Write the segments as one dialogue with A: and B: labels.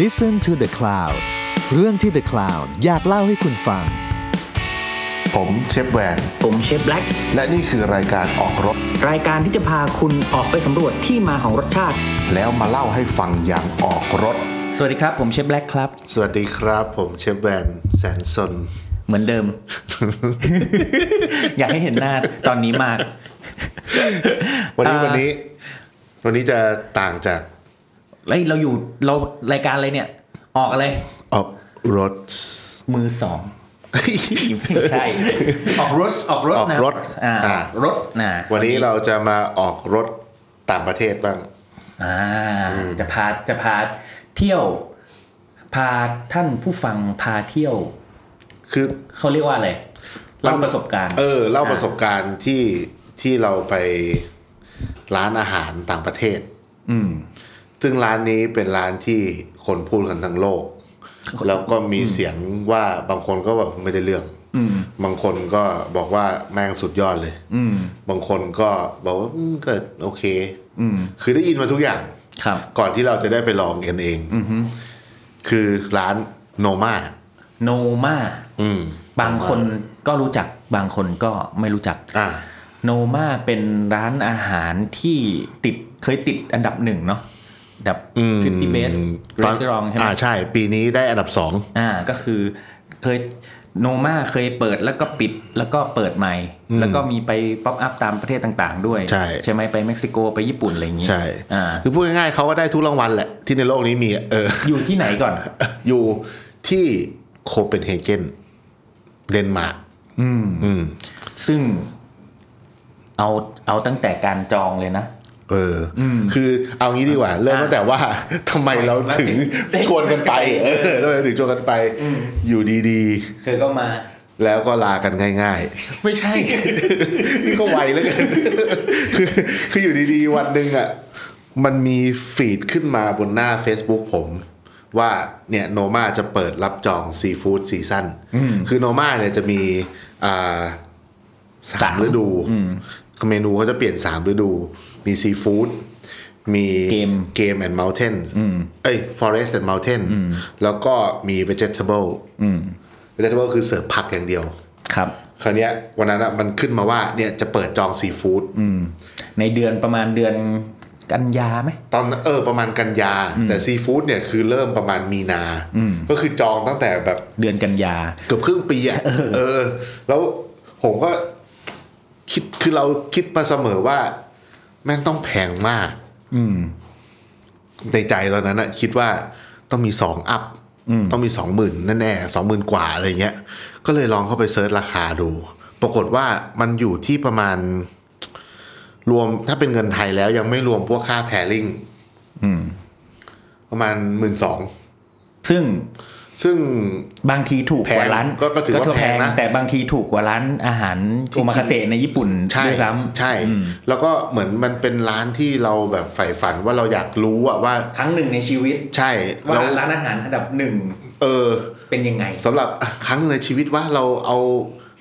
A: Listen to the Cloud เรื่องที่ The Cloud อยากเล่าให้คุณฟัง
B: ผมเชฟแวน
C: ผมเชฟแบล็ก
B: และนี่คือรายการออกรถ
C: รายการที่จะพาคุณออกไปสำรวจที่มาของรสชาติ
B: แล้วมาเล่าให้ฟังอย่างออกรถ
C: สวัสดีครับ ผมเชฟแบล็กครับ
B: สวัสดีครับ ผมเชฟแวนแสนสน
C: เหมือนเดิม อยากให้เห็นหน้าตอนนี้มาก
B: วันนี้
C: อ่า
B: วันนี้ วันนี้จะต่างจาก
C: เฮ้ยเราอยู่เรารายการอะไรเนี่ย ออกอะไร
B: ออกรถ
C: มือสอง ไม่ใช่ ออกรถออกรถ
B: ออก
C: นะ
B: รถ
C: อ่า
B: อ่า
C: รถนะ
B: วันนี้เราจะมาออกรถต่างประเทศบ้าง
C: อ่าจะพาจะพาเที่ยว พาท่านผู้ฟังพาเที่ยว
B: คือ
C: เขาเรียกว่าอะไรเล่าประสบการณ์
B: เออเล่าประสบการณ์ที่ที่เราไปร้านอาหารต่างประเทศ
C: อืม
B: ซึ่งร้านนี้เป็นร้านที่คนพูดกันทั้งโลก แล้วก็มีเสียงว่าบางคนก็แบบไม่ได้เรื่องบางคนก็บอกว่าแม่งสุดยอดเลยบางคนก็บอกว่าอืมก็โอเคคือได้ยินมาทุกอย่าง
C: ครับ
B: ก่อนที่เราจะได้ไปลองกันเองคือร้านโนมา
C: โนมา
B: อืม
C: บางคนก็รู้จักบางคนก็ไม่รู้จัก
B: อ่า
C: โนมาเป็นร้านอาหารที่ติดเคยติดอันดับหนึ่งเนาะอันดับ 50 best
B: ตอน
C: restaurant ใช่ไหม
B: อ่าใช่ ปีนี้ได้อันดับสอง
C: อ่าก็คือเคยโนมาเคยเปิดแล้วก็ปิดแล้วก็เปิดใหม่ แล้วก็มีไปป๊อปอัพตามประเทศต่างๆ ด้วย ใช่ไหมไปเม็กซิโกไปญี่ปุ่นอะไรอย่างงี้
B: ใช่
C: อ่า
B: คือพูดง่ายๆเขาก็ได้ทุกรางวัลแหละ ที่ในโลกนี้มีเออ
C: อยู่ที่ไหนก่อน
B: อยู่ที่โคเปนเฮเกนเดนมาร์ก
C: อืม
B: อืม
C: ซึ่งเอาเอาตั้งแต่การจองเลยนะ
B: เอออคือเอางี้ดีกว่า เริ่มตั้งแต่ว่า ทำไมเราถึง
C: แล้วถึง
B: ชวนกัน ไป เออทำไมเราถึงชวนกันไป อยู่ดี
C: เธอก็มา
B: ๆ แล้วก็ลากันง่าย ๆ ไม่ใช่ นี่ก็ไวเหลือเกิน คือคืออยู่ดีๆ วันหนึ่งอ่ะ มันมีฟีดขึ้นมาบนหน้า Facebook ผม ว่าเนี่ยโนมาจะเปิดรับจองซีฟู้ดซีซั่นคือโนมาเนี่ยจะมีอ่า สามฤดูเมนูเขาจะเปลี่ยนสามฤดู มีซีฟู้ด มี
C: เกม
B: เกมแอนด์เมลเทนเอ้ยฟอเรสต์แอนด์เมลเทนแล้วก็มีเวจเทเบิลเวจเทเบิลคือเสิร์ฟผักอย่างเดียว
C: ครับ
B: คราวเนี้ยวันนั้นอะมันขึ้นมาว่าเนี่ยจะเปิดจองซีฟู้ด
C: ในเดือนประมาณเดือนกันยาไหม
B: ตอนเออประมาณกันยา แต่ซีฟู้ดเนี่ยคือเริ่มประมาณมีนา ก็คือจองตั้งแต่แบบ
C: เดือนกันยา
B: เกือบครึ่งปีอะเออ แล้วผมก็คิดคือเราคิดมาเสมอว่า แม่งต้องแพงมาก
C: อืม
B: ในใจตอนนั้นอะคิดว่าต้องมีสองอัพต้องมีสองหมื่นแน่ๆสองหมื่นกว่าอะไรเงี้ย ก็เลยลองเข้าไปเซิร์ชราคาดู ปรากฏว่ามันอยู่ที่ประมาณ รวมถ้าเป็นเงินไทยแล้วยังไม่รวมพวกค่าแพริง
C: อืม
B: ประมาณหมื่นสอง
C: ซึ่ง
B: ซึ่ง
C: บางทีถูกกว่าร้าน
B: แพงก็ก็ถือว่าแพงนะ
C: แต่บางทีถูกกว่าร้านอาหารโอมาคาเสะในญี่ปุ่น
B: ใช่
C: ด้วยซ้
B: ใช่ แล้วก็เหมือนมันเป็นร้านที่เราแบบใฝ่ฝันว่าเราอยากรู้อะว่า
C: ำครั้งหนึ่งในชีวิต
B: ใช่
C: ว่า
B: เรา
C: ร้านอาหารอันดับหนึ่ง
B: เออ
C: เป็นยังไง
B: สำหรับครั้งหนึ่งในชีวิตว่าเราเอา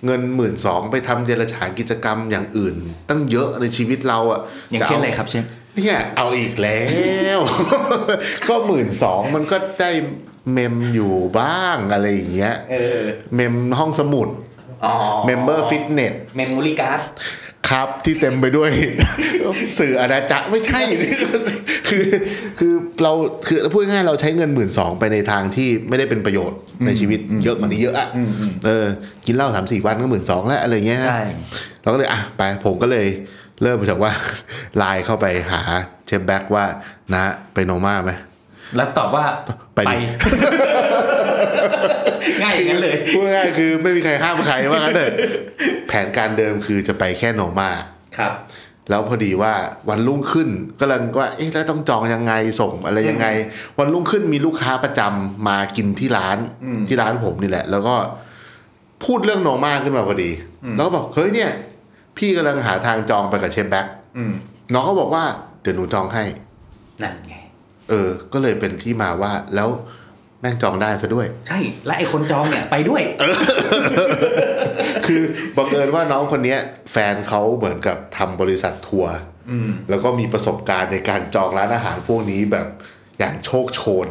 B: เงินหมื่นสองไปทำเดรัจฉานกิจกรรมอย่างอื่น ตั้งเยอะในชีวิตเราอะ
C: อย่างเช่น
B: จ
C: อะไรครับเชฟ
B: เนี่ยเอาอีกแล้ว ก็หมื่นสองมันก็ได้เมมอยู่บ้างอะไรอย่างเงี้ย
C: เออ
B: เมมห้องสมุด
C: อ๋อ
B: เมมเบอร์ฟิตเนส
C: เมมโมรี่การ์ด
B: ครับที่เต็มไปด้วย สื่ออาณาจักรไม่ใช่ คือคือเราคือพูดง่ายๆเราใช้เงินหมื่นสองไปในทางที่ไม่ได้เป็นประโยชน์ในชีวิตเยอะกว่านี้เยอะอะเออ กินเหล้าสามสี่วันก็หมื่นสองแล้วอะไรเงี้ยฮะ
C: ใช่
B: เราก็เลยอ่ะไปผมก็เลยเริ่มจากว่า ไลน์เข้าไปหาเชฟแบ็กว่านะไปโนมาไหม
C: แล้วตอบว่า
B: ไป ดิ
C: ง่ายอย่างนั้นเลย
B: พูดง่ายๆคือไม่มีใครห้ามใครว่างั้ นเถอะแผนการเดิมคือจะไปแค่โนมา
C: ครับ
B: แล้วพอดีว่าวันรุ่งขึ้นก็เลยว่าเอ๊ะแล้วต้องจองยังไงส่งอะไรยังไง วันรุ่งขึ้นมีลูกค้าประจำมากินที่ร้าน
C: อืม
B: ที่ร้านผมนี่แหละ แล้วก็พูดเรื่องโนมาขึ้นมาพอดี แล้วก็บอกเฮ้ยเนี่ย พี่กำลังหาทางจองไปกับเชฟแบ็ก
C: อืม
B: น้องเขาบอกว่าเดี๋ยวหนูจองให้
C: นั่นไง
B: เออ ก็เลยเป็นที่มาว่าแล้วแม่งจองได้ซะด้วย
C: ใช่ และไอ้คนจองเนี่ยไปด้วย
B: คือบังเอิญว่าน้องคนเนี้ย แฟนเขาเหมือนกับทำบริษัททัวร์แล้วก็มีประสบการณ์ในการจองร้านอาหารพวกนี้แบบ อย่างโชคโชน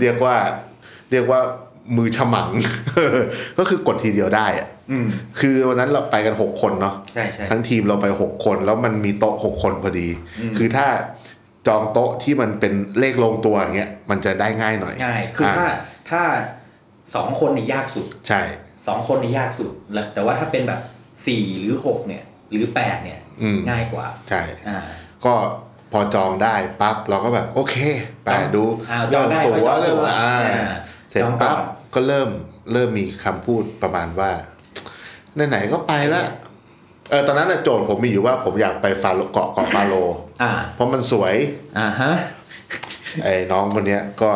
B: เรียกว่าเรียกว่ามือฉมัง ก็คือกดทีเดียวได้อะ
C: อืม
B: คือวันนั้นเราไปกันหกคนเนาะ
C: ใช่ใช่
B: ทั้งทีมเราไปหกคนแล้วมันมีโต๊ะหกคนพอดี คือถ้าจองโต๊ะที่มันเป็นเลขลงตัวอย่างเงี้ยมันจะได้ง่ายหน่อย
C: ง่าย คือถ้า
B: ะ
C: ถ้าสองคนเนี่ยยากสุด
B: ใช่
C: สองคนเนี่ยยากสุดแล้วแต่ว่าถ้าเป็นแบบสี่หรือหกเนี่ย หรือแปดเนี่ย
B: อืม
C: ง่ายกว่า
B: ใช่
C: อ่า
B: ก็พอจองได้ปั๊บเราก็แบบโอเคไป
C: จอง
B: ดู
C: อ่าจองได้
B: ตั๋ว
C: ค่อยจองตั๋ว
B: เริ่มอ่า
C: อ่า
B: เสร็จ
C: จองก่อน
B: ปั๊บก็เริ่มเริ่มมีคำพูดประมาณว่าไหนๆก็ไปละเออตอนนั้นนะโจทย์ผมมีอยู่ว่าผมอยากไปฟาโลเกาะเกาะฟาโล
C: อ่า
B: เพราะมันสวย
C: อ่าฮะ
B: ไอ้น้องคนเนี้ยก็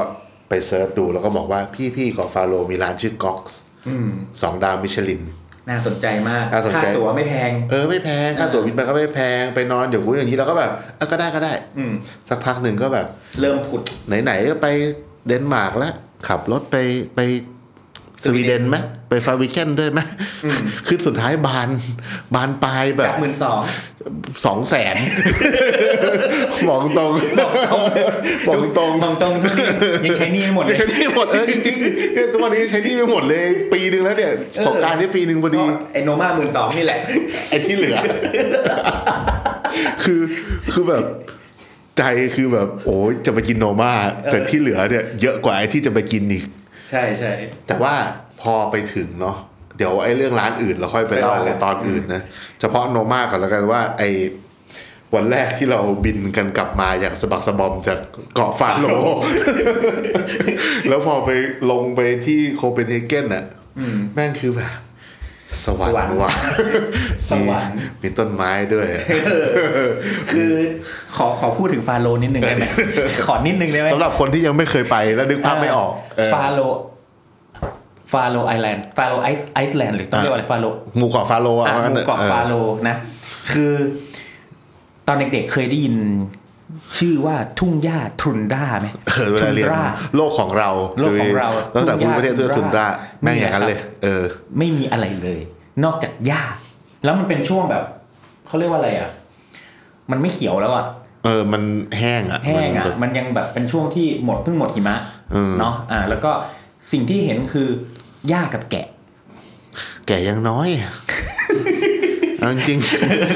B: ไปเซิร์ชดูแล้วก็บอกว่าพี่พี่ๆเกาะฟาโลมีร้านชื่อก๊อก
C: อืม
B: สองดาวมิชลิน
C: น่าสนใจมาก
B: น่าสน
C: ค่า
B: ใจ
C: ตั๋วไม่แพง
B: เออไม่แพงค่าตั๋วบินไปก็ไม่แพงไปนอนอยู่กูอย่างนี้เราก็แบบเออก็ได้ก็ได้
C: อืม
B: สักพักหนึ่งก็แบบ
C: เริ่มผุด
B: ไหนๆก็ไปเดนมาร์กแล้วขับรถไปไปสวีเดนไหมไปฟาวิเคนด้วยไหมคือสุดท้ายบานบานปลายแบบ
C: จากหมื่นสอง
B: สองแส นบอกตรงบอกตรง
C: มองตรงๆยังใช้หนี่หมดเล
B: จะ
C: ย
B: ใช้หนี่หมดเออจริงๆเนี่ยทุกวันนี้ใช้หนี่ไปหมดเลย ปีหนึ่งแล้วเนี่ย
C: เออ
B: สงกรารนี่ปีหนึ่งพอดี
C: ก็ไอโนมาหมื่นสองนี่แหละ
B: ไอ้ที่ เหลือ คือคือแบบใจคือแบบ โอ้ยจะไปกินโนมาแต่ที่เหลือเนี่ยเยอะกว่าไอ้ที่จะไปกินอีก
C: ใช่ใช่
B: แต่ว่าพอไปถึงเนาะเดี๋ยวไอ้เรื่องร้านอื่นเราค่อยไปเล่า
C: ไปว่ากัน
B: ตอนอื่นนะ เฉพาะโนมาก่อนแล้วกันว่า ไอ้วันแรกที่เราบินกันกลับมาอย่างสะบักสะบอมจากเกาะฟาโล แล้วพอไปลงไปที่โคเปนเฮเกนอะ
C: อืม
B: แม่งคือแบบสวรร
C: สวรรค์
B: ค์ว่ะ
C: สวรรค์
B: มีมีต้นไม้ด้วยอะ
C: คือขอขอพูดถึงฟาโลนิดนึงได้ ไหม ขอนิดนึงได้ไหม
B: สำหรับคนที่ยังไม่เคยไปแล้วนึกภาพไม่ออกเออ
C: ฟาโล ฟาโลไอแลนด์ฟาโลไอซ์ไอซ์แลนด์หรือต้องเรียกว่าอะไรฟาโล
B: หมู่เกาะฟาโลอะ
C: อ่ะ
B: ว่า
C: ห
B: งั้น
C: มู
B: เถอะ
C: กรอบ
B: เออ
C: ฟาโลนะ คือตอนเด็กๆเคยได้ยิน ชื่อว่าทุ่งหญ้าทุนด้าไหม
B: เอ อเวลาเรียน
C: ทุนด้
B: โลกของเรา
C: โลกของเรา
B: ตั้งแต่พูดประเทศ
C: ทุ
B: เทือนก
C: รา
B: ทุนราแม่งอย่างนั้นเลย
C: นี่แหละครับ
B: เออ
C: ไม่มีอะไรเลย นอกจากหญ้า แล้วมันเป็นช่วงแบบเขาเรียกว่าอะไรอ่ะ มันไม่เขียวแล้วอ่ะ
B: เออ มันแห้งอ่ะ
C: แห้ง
B: มัน
C: อ่ะ
B: แบบ
C: มันยังแบบเป็นช่วงที่หมดเพิ่งหมดหิมะ
B: เออ
C: เนาะอ่า แล้วก็สิ่งที่เห็นคือหญ้ากับแกะ
B: แก่ยังน้อย อะเอาจริง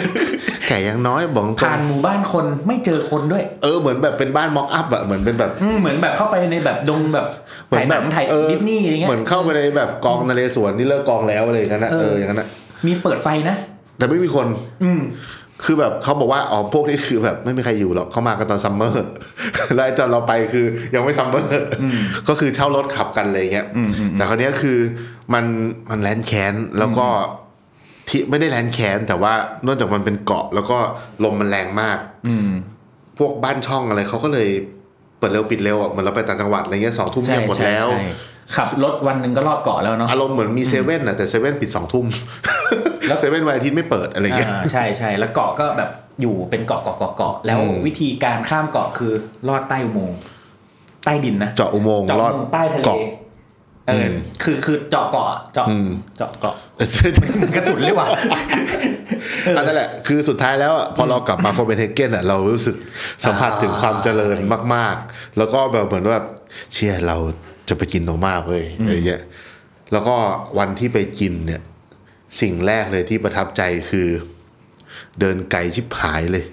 B: ๆ แก่ยังน้อยบอกตร
C: ผ่างนหมู่บ้านคนไม่เจอคนด้วย
B: เออ เหมือนแบบเป็นบ้านม็อกอัพอ่ะ เหมือนเป็นแบบ
C: อืมเหมือนแบบเข้าไปในแบบดงแบบ
B: เหมือน
C: ถ่ายห
B: แบ
C: นั
B: บ
C: งถ่าย
B: เออ
C: ดิสนีย์อะไรเงี้ย
B: เหมือนเข้าไปในแบบกองนเรศวรนี่เลิกกองแล้วอะไรอย่างนั้นนะเอ
C: เอ
B: อ
C: อ
B: อ
C: อ
B: ย่างนั้นนะ
C: มีเปิดไฟนะ
B: แต่ไม่มีคน
C: อืม
B: คือแบบเขาบอกว่าอ๋อพวกนี้คือแบบไม่มีใครอยู่หรอกเขามากันตอนซัมเมอร์ แล้วไอ้ตอนเราไปคือยังไม่ซัมเมอร์ ก็คือเช่ารถขับกันอะไรเงี้ย
C: อืมอืมอืม
B: แต่คราวเนี้ยคือมันมันแลนแคนแล้วก็ที่ไม่ได้แลนแคนแต่ว่าเนื่องจากมันเป็นเกาะ แล้วก็ลมมันแรงมาก
C: อืม
B: พวกบ้านช่องอะไรเขาก็เลยเปิดเร็วปิดเร็วอ่ะเหมือนเราไปต่างจังหวัดอะไรเงี้ยสองทุ่มเงียบหมดแล้ว
C: ใช่ใช่ขับรถวันหนึ่งก็รอบเกาะแล้วเนาะ
B: อารมณ์เหมือนมีเซเว่นอะแต่เซเว่นปิดสองทุ่ม
C: แล้ว
B: เซเว่นวันอาทิตย์ไม่เปิดอะไรเงี้ย
C: อ่าใช่ใช่แล้วเกาะก็แบบอยู่เป็นเกาะเกาะเกาะเกาะแล้ว
B: อืม
C: วิธีการข้ามเกาะคือลอดใต้อุโมงค์ใต้ดินนะ
B: เจาะอุโมงค์
C: เจาะ
B: ล
C: อุ
B: อด
C: โมงค์ใต้ทะเล
B: เกาะ
C: เอออ
B: ม
C: คือคือเจาะเกาะเจาะ
B: อืม
C: เจาะเกาะ
B: เออ
C: กระสุนเลยว่ะ
B: อันนั้นแหละคือสุดท้ายแล้วอะพอเรากลับมาโคเปนเฮเกนอ่ะเรารู้สึกสัมผัสถึงความเจริญมาก ๆ แล้วก็แบบเหมือนว่าเชี่ยเราจะไปกินโนมาเว้ยอะไรเงี้ยแล้วก็วันที่ไปกินเนี่ย สิ่งแรกเลยที่ประทับใจคือ เดินไกลชิบหายเลย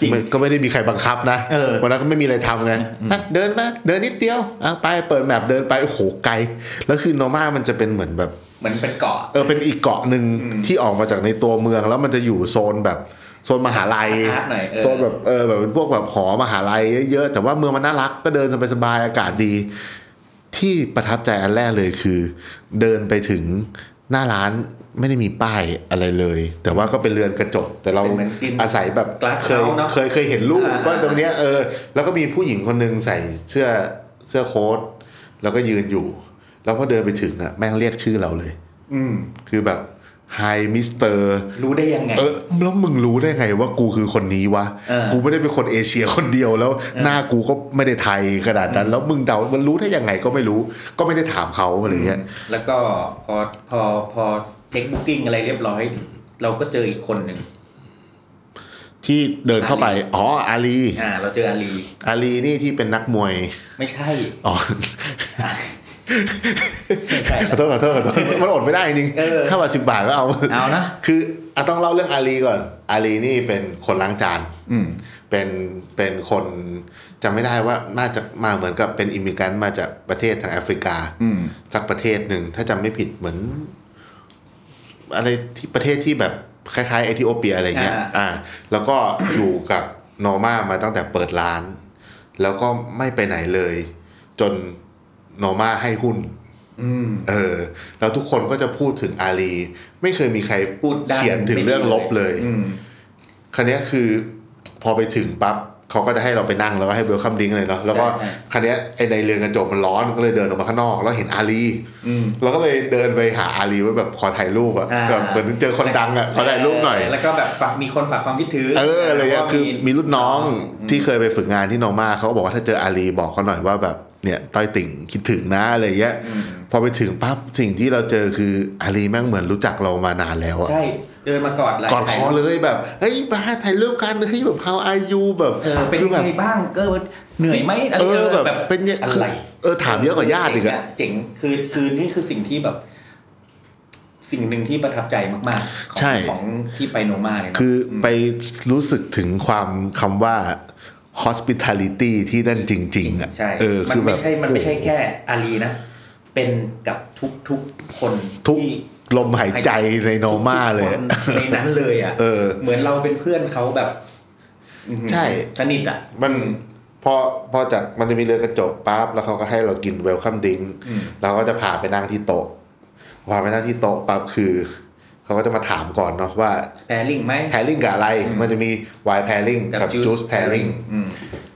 C: จริง
B: ไม่ก็ไม่ได้มีใครบังคับนะ
C: เออ
B: วันนั้นก็ไม่มีอะไรทำไงอ่ะเดินมาเดินนิดเดียวอ่ะไปเปิดแมปเดินไปโอ้โหไกล แล้วคือโนมามันจะเป็นเหมือนแบบ
C: เหมือนเป็นเกาะ
B: เออเป็นอีกเกาะหนึ่งที่ออกมาจากในตัวเมืองแล้วมันจะอยู่โซนแบบโซนมหาลัย
C: อาร์ตหน่อยเออ
B: โซนแบบเออแบบพวกแบบหอมหาลัยเยอะๆแต่ว่าเมืองมันน่ารักก็เดินสบายๆอากาศดี ที่ประทับใจอันแรกเลยคือ เดินไปถึงหน้าร้านไม่ได้มีป้ายอะไรเลย แต่ว่าก็เป็นเรือนกระจก แต่เรา
C: เป็นเหมือนดิน
B: อาศัยแบบ
C: glass
B: เคย
C: house เนอะ
B: เคยเคยเห็นรูป
C: อ่า
B: ว่าตรงเนี้ยเออ แล้วก็มีผู้หญิงคนหนึงใส่เสื้อเสื้อโค้ทแล้วก็ยืนอยู่ แล้วพอเดินไปถึงอ่ะแม่งเรียกชื่อเราเลย
C: อืม
B: คือแบบไฮมิสเตอร์
C: รู้ได้ยังไง
B: เออแล้วมึงรู้ได้ไงว่ากูคือคนนี้วะ
C: เออ
B: กูไม่ได้เป็นคนเอเชียคนเดียวแล้ว หน้ากูก็ไม่ได้ไทยขนาดนั้น แล้วมึงเดามันรู้ได้ยังไงก็ไม่รู้ ก็ไม่ได้ถามเขาอะไรเงี้ย
C: แล้วก็พอพอพอเทคบุ๊กิ้งอะไรเรียบร้อย เราก็เจออีกคนหนึ่ง
B: ที่เดินเข้าไป อ๋ออาลี
C: อ่า เราเจออาลี
B: อาลีนี่ที่เป็นนักมวย
C: ไม่ใช่
B: อ๋อ
C: ไม่ใช่
B: ขอโทษขอโทษขอโทษมันอดไม่ได้จริง
C: เออ
B: ถ้าบาทสิบบาทก็เอา
C: เอานะ
B: คืออ่ะต้องเล่าเรื่องอาลีก่อน อาลีนี่เป็นคนล้างจาน
C: อืม
B: เป็นเป็นคนจำไม่ได้ว่าน่าจะมาเหมือนกับเป็นอิมิกรันต์มาจากประเทศทางแอฟริกา
C: อืม
B: สักประเทศหนึ่งถ้าจำไม่ผิดเหมือน อะไรที่ประเทศที่แบบคล้ายๆเอธิโอเปียอะไรเงี้ย
C: อ่า
B: อ่า แล้วก็ อยู่กับโนมามาตั้งแต่เปิดร้าน แล้วก็ไม่ไปไหนเลย จนโนมาให้หุ้น
C: อืม
B: เออ แล้วทุกคนก็จะพูดถึงอาลี ไม่เคยมีใคร
C: พูดด้าน
B: เขียนถึงเรื่องลบเลย
C: อืม
B: คันนี้ยคือพอไปถึงปั๊บเขาก็จะให้เราไปนั่งแล้วก็ให้เบลคัมดิ้งเลยเนาะแล้วก็
C: ใช่
B: คันนี้ยไอในเรือนกระจกมันร้อนก็เลยเดินออกมาข้างนอก แล้วเห็นอาลี
C: อืม
B: เราก็เลยเดินไปหาอาลีไว้แบบขอถ่ายรูปอะ
C: อ่า
B: แบบเหมือนเจอคนดังอะขอถ่ายรูปหน่อย
C: แล้วก็แบบฝากมีคนฝากความคิดถึง
B: เอออะไรเงี้ย
C: ว่า
B: คือมีรุ่นน้องที่เคยไปฝึกงานที่โนมาเขาก็บอกว่าถ้าเจออาลีบอกเขาหน่อยว่าแบบเนี่ยต้อยติ่งคิดถึงนะอะไรเงี้ย
C: อืม
B: พอไปถึงปั๊บสิ่งที่เราเจอคืออาลีแม่งเหมือนรู้จักเรามานานแล้วอะ
C: ใช่ เดินมากอดไหล่
B: กอดคอเลยแบบ เฮ้ยมาถ่ายรูปกันเฮ้ยแบบ how are you แบบ
C: เออเป็น
B: คื
C: ยั
B: แบบ
C: งไงบ้างเออเหนื่อยไหมะไร
B: เออแบบเป็นเนี่ย
C: อะ
B: คือ
C: ไร
B: เออถามเยอะกว่าญาติอีกอะ
C: เจ๋งคือคือนี่คือสิ่งที่แบบ สิ่งหนึ่งที่ประทับใจมากๆของ
B: ใช่
C: ของที่ไปโนมาเนี่ยนะ
B: คือไปรู้สึกถึงความคำว่า hospitality ที่นั่นจริง ๆอะ
C: ใช่
B: เออ
C: มั
B: คือแบ
C: ไม่
B: บ
C: ใช่มันไม่ใช่
B: โอ้โห
C: แค่อาลีนะ เป็นกับทุกทุกๆคน
B: ทุก
C: ที่
B: ลมหายใจในโนมาเลย
C: ทุ
B: อะ
C: กคนในนั้นเลยอ่ะ
B: เออ
C: เหมือนเราเป็นเพื่อนเขาแบบอื้อหือ
B: ใช่
C: สนิทอ่ะ
B: มันพอพอจากมันจะมีเรือกระจกปั๊บแล้วเขาก็ให้เรากินเวลคัมดิง
C: อืม
B: เราก็จะพาไปนั่งที่โต๊ะพาไปนั่งที่โต๊ะปั๊บคือเขาก็จะมาถามก่อนเนาะว่า
C: แพริงไหม
B: แพริงกับอะไร
C: อืม
B: มันจะมีไวน์แพริงกับ
C: juice
B: จูสแพริง
C: อืม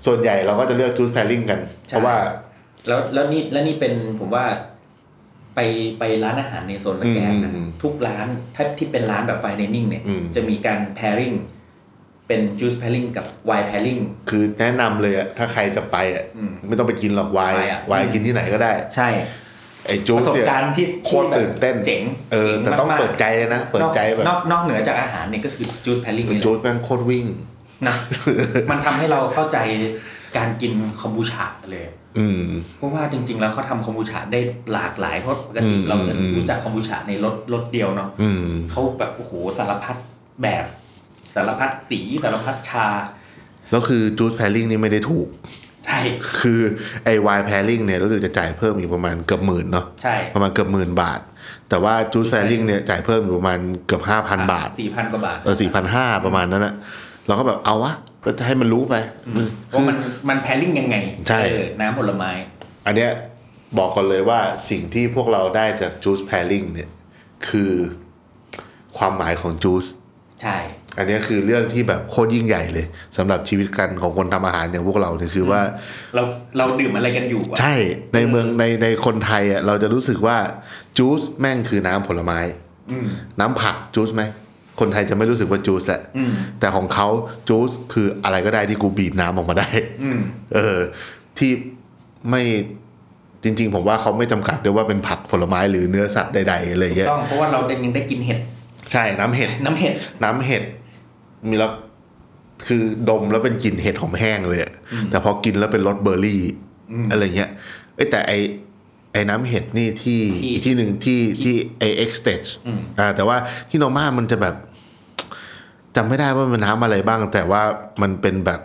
B: ส่วนใหญ่เราก็จะเลือกจูสแพริงกันเพ
C: ใช่
B: ราะว่า
C: แล้วแล้วนี่แล้วนี่เป็นผมว่าไปไปร้านอาหารในโซนสแกนนะ
B: อืม
C: ทุกร้านถ้าที่เป็นร้านแบบไฟเนนิ่งเนี่ย
B: อืม
C: จะมีการ pairing เป็น juice pairing กับ wine pairing
B: คือแนะนำเลยอะถ้าใครจะไปอะ
C: อืม
B: ไม่ต้องไปกินหรอกไวน์
C: ไวน์อะ
B: ไวน์กินที่ไหนก็ได้
C: ใช่
B: ไอ้จูส
C: ประสบ
B: เนี่ย
C: การณ์ที่
B: โคตรตื่นเต้น
C: ที่แบบเจ๋ง
B: เออ แต่ต้องเปิดใจนะ เปิดใจแบบ
C: นอกนอกเหนือจากอาหารเนี่ยก็คือ juice pairing เลย
B: จูสแม่งโคตรวิ่ง
C: นะ มันทำให้เราเข้าใจการกินคอมบูชาเลย
B: อืม
C: เพราะว่าจริง ๆ แล้วเขาทำคอมบูชาได้หลากหลายเพราะปกติ
B: อืม
C: เราจะ
B: อืม
C: รู้จักคอมบูชาในรสรสเดียวเนาะ
B: อืม
C: เขาแบบโอ้โหสารพัดแบบสารพัดสีสารพัดชา
B: แล้วคือจูสแพริงนี่ไม่ได้ถูก
C: ใช่
B: คือไอ้ไวน์แพริงเนี่ยรู้สึกจะจ่ายเพิ่มอีกประมาณเกือบหมื่นเนาะ
C: ใช่
B: ประมาณเกือบหมื่นบาท แต่ว่าจูสแพริงเนี่ยจ่ายเพิ่มอยู่ประมาณเกือบห้าพันบาท
C: สี่พันกว่าบาท
B: เออสี่พันห้าประมาณนั้นแหละเราก็แบบเอาวะก็ให้มันรู้ไปคื
C: ว่า
B: อ
C: มันมันแพริ่งยังไง
B: ใช่
C: เออน้ำผลไม้
B: อันเนี้ยบอกก่อนเลยว่าสิ่งที่พวกเราได้จากจูสแพริงเนี่ย คือความหมายของจูส
C: ใช่
B: อันเนี้ยคือเรื่องที่แบบโคตรยิ่งใหญ่เลยสำหรับชีวิตกันของคนทำอาหารอย่างพวกเราเนี่ยคือว่า
C: เราเราดื่มอะไรกันอยู่อะ
B: ใช่ในเมืองในในคนไทยอ่ะเราจะรู้สึกว่าจูสแม่งคือน้ำผลไม้
C: อืม
B: น้ำผักจูสไหมคนไทยจะไม่รู้สึกว่าจูสแหละ
C: อืม
B: แต่ของเขาจูสคืออะไรก็ได้ที่กูบีบน้ำออกมาได้
C: อืม
B: เออที่ไม่จริง ๆ ผมว่าเขาไม่จำกัดด้วยว่าเป็นผักผลไม้หรือเนื้อสัตว์ใดๆอะไรเงี้ย
C: ต้องเพราะว่าเราได้ยังได้กินเห็ด
B: ใช่น้ำเห็ด
C: น้ำเห็ด
B: น้ำเห็ดมีแล้วคือดมแล้วเป็นกลิ่นเห็ดหอมแห้งเลยอะ
C: อืม
B: แต่พอกินแล้วเป็นรสเบอร์รี่
C: อืม
B: อะไรเงี้ยเอ้ยแต่ไอไอ้น้ำเห็ดนี่ที่
C: ที่
B: อีกที่หนึ่งที่ที่ไอเอ็กซ์เต
C: อืม
B: อ่าแต่ว่าที่โนมามันจะแบบจำไม่ได้ว่ามันน้ำอะไรบ้าง แต่ว่ามันเป็นแบบ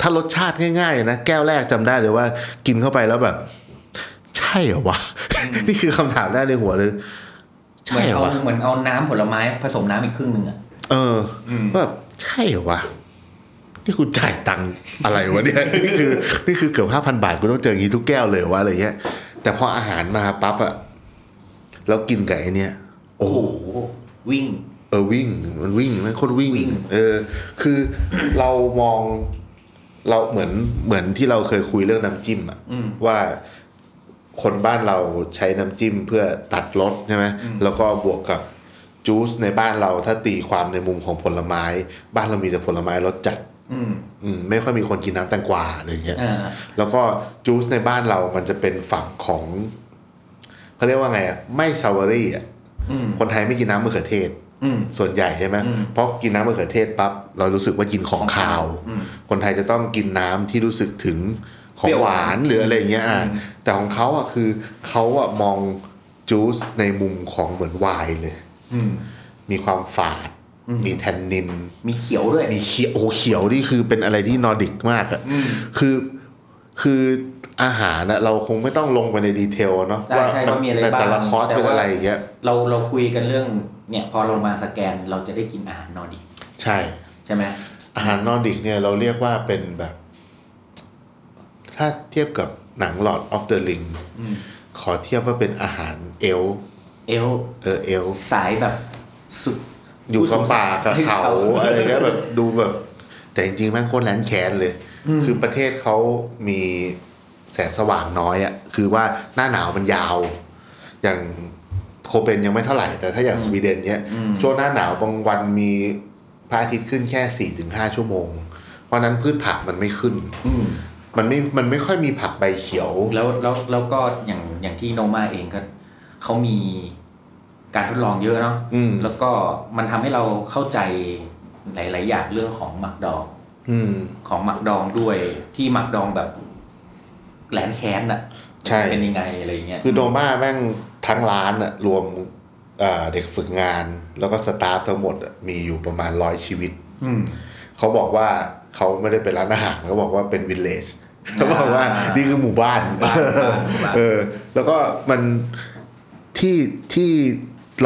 B: ถ้ารสชาติง่ายๆนะแก้วแรกจำได้เลยว่า กินเข้าไปแล้วแบบ ใช่เหรอวะ นี่คือคำถามแรกในหัวเลย
C: เหมื
B: ใช่
C: อน
B: เหรอ
C: เอา
B: วะ
C: เหมือนเอาน้ำผลไม้ผสมน้ำอีกครึ่งหนึ่งอ่ะ
B: เอออ
C: ม
B: แบบใช่เหรอวะนี่กูจ่ายตังค์ อะไรวะเนี่ย นี่คือ นี่คือเกือบห้าพันบาทกูต้องเจออย่างนี้ทุกแก้วเลยเหรอวะอะไรเงี้ย แต่พออาหารมาปั๊บอะแล้วกินไก่เนี่ย โอ้
C: โอ้
B: โห
C: โหวิ่ง
B: เออวิ่ง มันวิ่งมันโคตรวิ่ง
C: วิ่ง
B: เออ คือ เรามองเราเหมือนเหมือนที่เราเคยคุยเรื่องน้ำจิ้มอะ
C: อืม
B: ว่าคนบ้านเราใช้น้ำจิ้มเพื่อตัดรสใช่ไหมแล้วก็บวกกับ จูสในบ้านเราถ้าตีความในมุมของผลไม้ บ้านเรามีแต่ผลไม้รสจัด
C: อืม
B: อืมไม่ค่อยมีคนกินน้ำแตงกวาอะไรเงี้ย
C: อ่า
B: แล้วก็จูสในบ้านเรามันจะเป็นฝั่งของเขาเรียกว่าไงอะไม่ซาวรี่อ่ะ
C: อืม
B: คนไทยไม่กินน้ำมะเขือเทศ
C: อืม
B: ส่วนใหญ่ใช่ไหม
C: อืม
B: เพราะกินน้ำมะเขือเทศปั๊บเรารู้สึกว่ากินของขาว
C: อืม
B: คนไทยจะต้องกินน้ำที่รู้สึกถึงขอ
C: เปรี้
B: ง
C: ยว
B: หวาว
C: หาน น
B: หรืออะไรอย่างเงี้ยอ่ะ
C: อืม
B: แต่ของเขาอ่ะคือเขาอ่ะมองจูสในมุมของเหมือนไวน์เลย
C: อืม
B: มีความฝาด
C: อืม
B: มีแทนนิน
C: มีเขียวด้วย
B: มีเขียวโอ้โหเขียวนี่คือเป็นอะไรที่นอร์ดิกมากอะ
C: อืม
B: คือคืออาหารนะเราคงไม่ต้องลงไปในดีเทลเนาะ
C: ใช่ใช่ว่ามีอะไร
B: แต่แต่ละ
C: บ้าง
B: คอร์ส
C: แต่
B: เป็น
C: ว่า
B: อะไรอย่างเงี้ย
C: เราเราคุยกันเรื่องเนี่ยพอเรามาสแกนเราจะได้กินอาหารนอร์ดิก
B: ใช่
C: ใช่ไหม
B: อาหารนอร์ดิกเนี่ยเราเรียกว่าเป็นแบบ ถ้าเทียบกับหนังหลอดออฟเดอะลิง
C: อืม
B: ขอเทียบว่าเป็นอาหารเอลฟ์
C: เอล
B: เออเอลฟ์
C: สายแบบสุด
B: อยู่กับป่ากับเขา
C: ผู้สูง
B: อะ
C: ศัก
B: ไร
C: ดิ์
B: ก็แบบดูแบบ แต่จริงๆแม่งโคตรแรนแคนเลย
C: อืม
B: คือประเทศเขามีแสงสว่างน้อยอะคือว่าหน้าหนาวมันยาว อย่างโคเปนยังไม่เท่าไหร่ แต่ถ้าอย่างสวีเดนเนี่ย
C: อืม
B: ช่วงหน้าหนาวบางวันมีพระอาทิตย์ขึ้นแค่สี่ถึงห้าชั่วโมง เพราะฉะนั้นพืชผักมันไม่ขึ้น
C: อืม
B: มันไม่ มันไม่ค่อยมีผักใบเขียว
C: แล้วแล้วแล้วก็อย่างอย่างที่โนมาเองก็เขามีการทดลองเยอะเนาะ
B: อืม
C: แล้วก็มันทำให้เราเข้าใจหลาย ๆ อย่างเรื่องของหมักดอง
B: อืม
C: ของหมักดองด้วยที่หมักดองแบบแหลนแค้นอะ
B: ใช่
C: เป็นยังไงอะไรอย่างเงี้ย
B: คือโนมาแม่งทั้งร้านอะรวมเอ่อเด็กฝึกงาน แล้วก็สตาฟทั้งหมดอะมีอยู่ประมาณร้อยชีวิต
C: อืม
B: เขาบอกว่าเขาไม่ได้เป็นร้านอาหารเขาบอกว่าเป็นวิลเลจเขาบอกว่านี่คือหมู่บ้าน
C: บ้านบ้านบ้าน
B: เออ แล้วก็มันที่ที่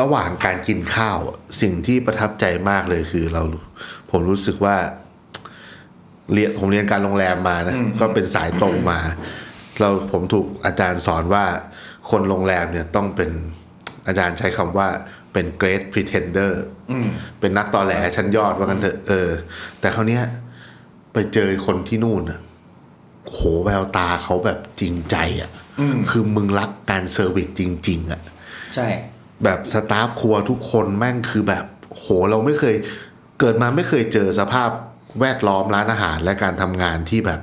B: ระหว่างการกินข้าวอะสิ่งที่ประทับใจมากเลยคือเรา ผมรู้สึกว่าเรียนผมเรียนการโรงแรมมานะ
C: อืม
B: ก็เป็นสายตรงมา เราผมถูกอาจารย์สอนว่าคนโรงแรมเนี่ยต้องเป็นอาจารย์ใช้คำว่าเป็น great pretender
C: อืม
B: เป็นนักตอแหลชั้นยอดว่ากันเถอะเออ แต่คราวเนี้ยไปเจอคนที่นู่นอะโหแววตาเขาแบบจริงใจอะ
C: อืม
B: คือมึงรักการเซอร์วิสจริง ๆอะ
C: ใช่
B: แบบสตาฟครัวทุกคนแม่งคือแบบ โหเราไม่เคย เกิดมาไม่เคยเจอสภาพแวดล้อมร้านอาหารและการทำงานที่แบบ